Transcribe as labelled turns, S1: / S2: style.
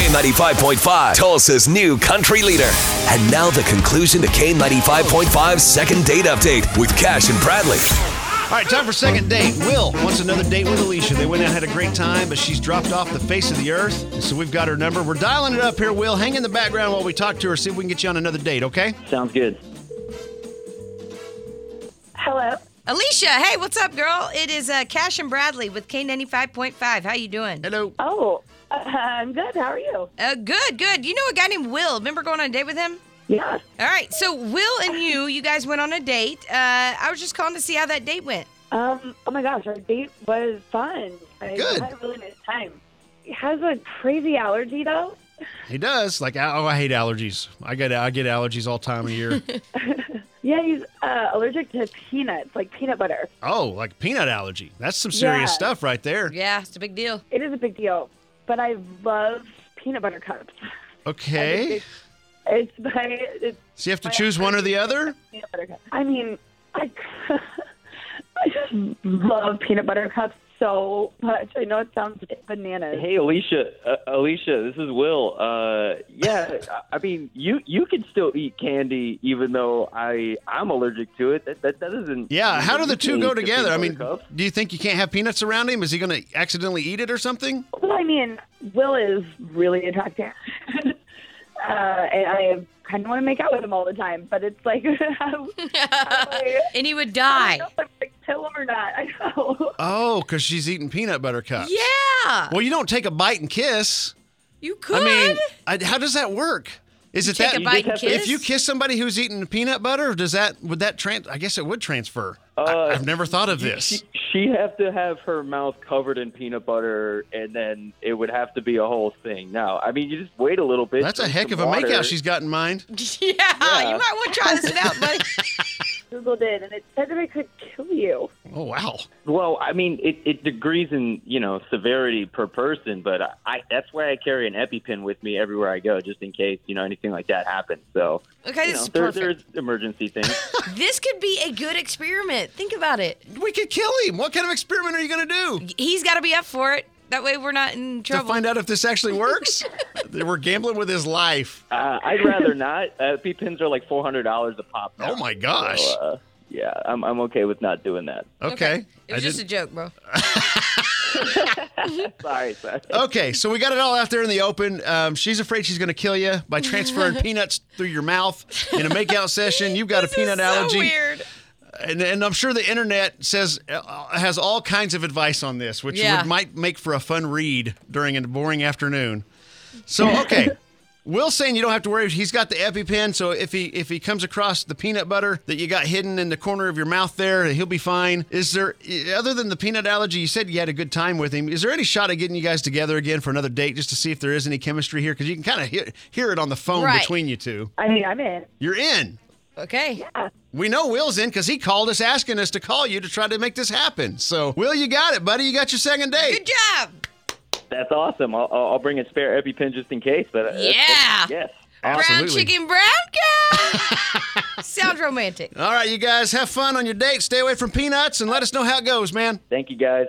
S1: K95.5, Tulsa's new country leader. And now the conclusion to K95.5's second date update with Cash and Bradley.
S2: All right, time for second date. Will wants another date with Alicia. They went out, had a great time, but she's dropped off the face of the earth. And so we've got her number. We're dialing it up here, Will. Hang in the background while we talk to her, see if we can get you on another date, okay?
S3: Sounds good.
S4: Hello.
S5: Alicia, hey, what's up, girl? It is uh, Cash and Bradley with K95.5. How you doing?
S2: Hello.
S4: Oh, uh, I'm good. How are you?
S5: Uh, good, good. You know a guy named Will. Remember going on a date with him?
S4: Yeah.
S5: All right, so Will and you, you guys went on a date. Uh, I was just calling to see how that date went.
S4: Um. Oh my gosh, our date was fun. I
S2: Good.
S4: had a really nice time. He has a crazy allergy though.
S2: He does. Like, oh, I hate allergies. I get, I get allergies all time of year.
S4: Yeah, he's uh, allergic to peanuts, like peanut butter.
S2: oh, like peanut allergy. That's some serious
S4: Yeah.
S2: stuff right there.
S5: Yeah, it's a big deal.
S4: It is a big deal, but I love peanut butter cups.
S2: Okay.
S4: It's, it's my it's
S2: So you have to choose one or the other?
S4: peanut butter cups. I mean, I I just love peanut butter cups so much. I know it sounds bananas.
S3: Hey, Alicia. Uh, Alicia, this is Will. Uh, yeah, I I mean, you you can still eat candy even though I I'm allergic to it. That that, that doesn't.
S2: Yeah, how do the
S3: you
S2: two
S3: can't
S2: go
S3: eat the
S2: together? I
S3: peanut
S2: mean,
S3: butter cups.
S2: do you think you can't have peanuts around him? Is he going to accidentally eat it or something?
S4: Well, I mean, Will is really attractive. uh, and I kind of want to make out with him all the time, but it's like, how, how do I,
S5: And he would
S4: I
S5: die.
S4: don't know if I kill him or not. I know.
S2: Oh, because she's eating peanut butter cups.
S5: Yeah,
S2: Well, you don't take a bite and kiss.
S5: you could.
S2: I mean, I, how does that work? Is it
S5: Take
S2: that
S5: a bite and
S3: have to-
S5: kiss.
S2: if you kiss somebody who's eating peanut butter, does that would that trans? I guess it would transfer.
S3: Uh,
S2: I, I've never thought of
S3: She,
S2: this.
S3: she have to have her mouth covered in peanut butter, and then it would have to be a whole thing. No, I mean you just wait a little bit.
S2: That's a
S3: drink
S2: heck
S3: some
S2: of a
S3: water.
S2: makeout she's got in mind.
S5: yeah, you might want to try this one out, buddy.
S4: Googled it, and it said that I could kill you.
S2: Oh wow!
S3: Well, I mean it, it degrees in you know severity per person, but I, I that's why I carry an EpiPen with me everywhere I go, just in case you know anything like that happens. So
S5: Okay,
S3: you
S5: this
S3: know,
S5: is
S3: there,
S5: perfect.
S3: there's emergency things.
S5: This could be a good experiment. Think about it.
S2: We could kill him. What kind of experiment are you going to do
S5: He's got to be up for it. That way, we're not in
S2: to
S5: trouble.
S2: find out if this actually works? We're gambling with his life.
S3: uh, I'd rather not. Uh, EpiPens are like four hundred dollars a pop. now.
S2: Oh my gosh!
S3: So, uh, yeah, I'm I'm okay with not doing that.
S2: Okay,
S5: It was
S2: I
S5: just a
S2: didn't-
S5: joke, bro.
S3: Sorry, sorry.
S2: okay. So we got it all out there in the open. Um, she's afraid she's going to kill you by transferring peanuts through your mouth in a makeout session. You've got a peanut
S5: This is
S2: allergy.
S5: So weird.
S2: and, and I'm sure the internet says uh, has all kinds of advice on this, which
S5: Yeah.
S2: would, might make for a fun read during a boring afternoon. So okay, Will's saying you don't have to worry. He's got the EpiPen, so if he if he comes across the peanut butter that you got hidden in the corner of your mouth there, he'll be fine. Is there other than the peanut allergy? You said you had a good time with him. Is there any shot at getting you guys together again for another date just to see if there is any chemistry here? Because you can kind of hear, hear it on the phone
S5: Right.
S2: between you two.
S4: I mean, I'm in.
S2: You're in.
S5: Okay.
S2: We know Will's in because he called us asking us to call you to try to make this happen. So, Will, you got it, buddy. You got your second
S5: Good
S2: date.
S5: job.
S3: That's awesome. I'll, I'll I'll bring a spare EpiPen just in case. But uh, that's-
S5: Yeah.
S3: that's- yes.
S5: Brown
S2: Absolutely.
S5: chicken, brown cow. Sounds romantic.
S2: All right, you guys, have fun on your date. Stay away from peanuts and let us know how it goes, man.
S3: Thank you guys.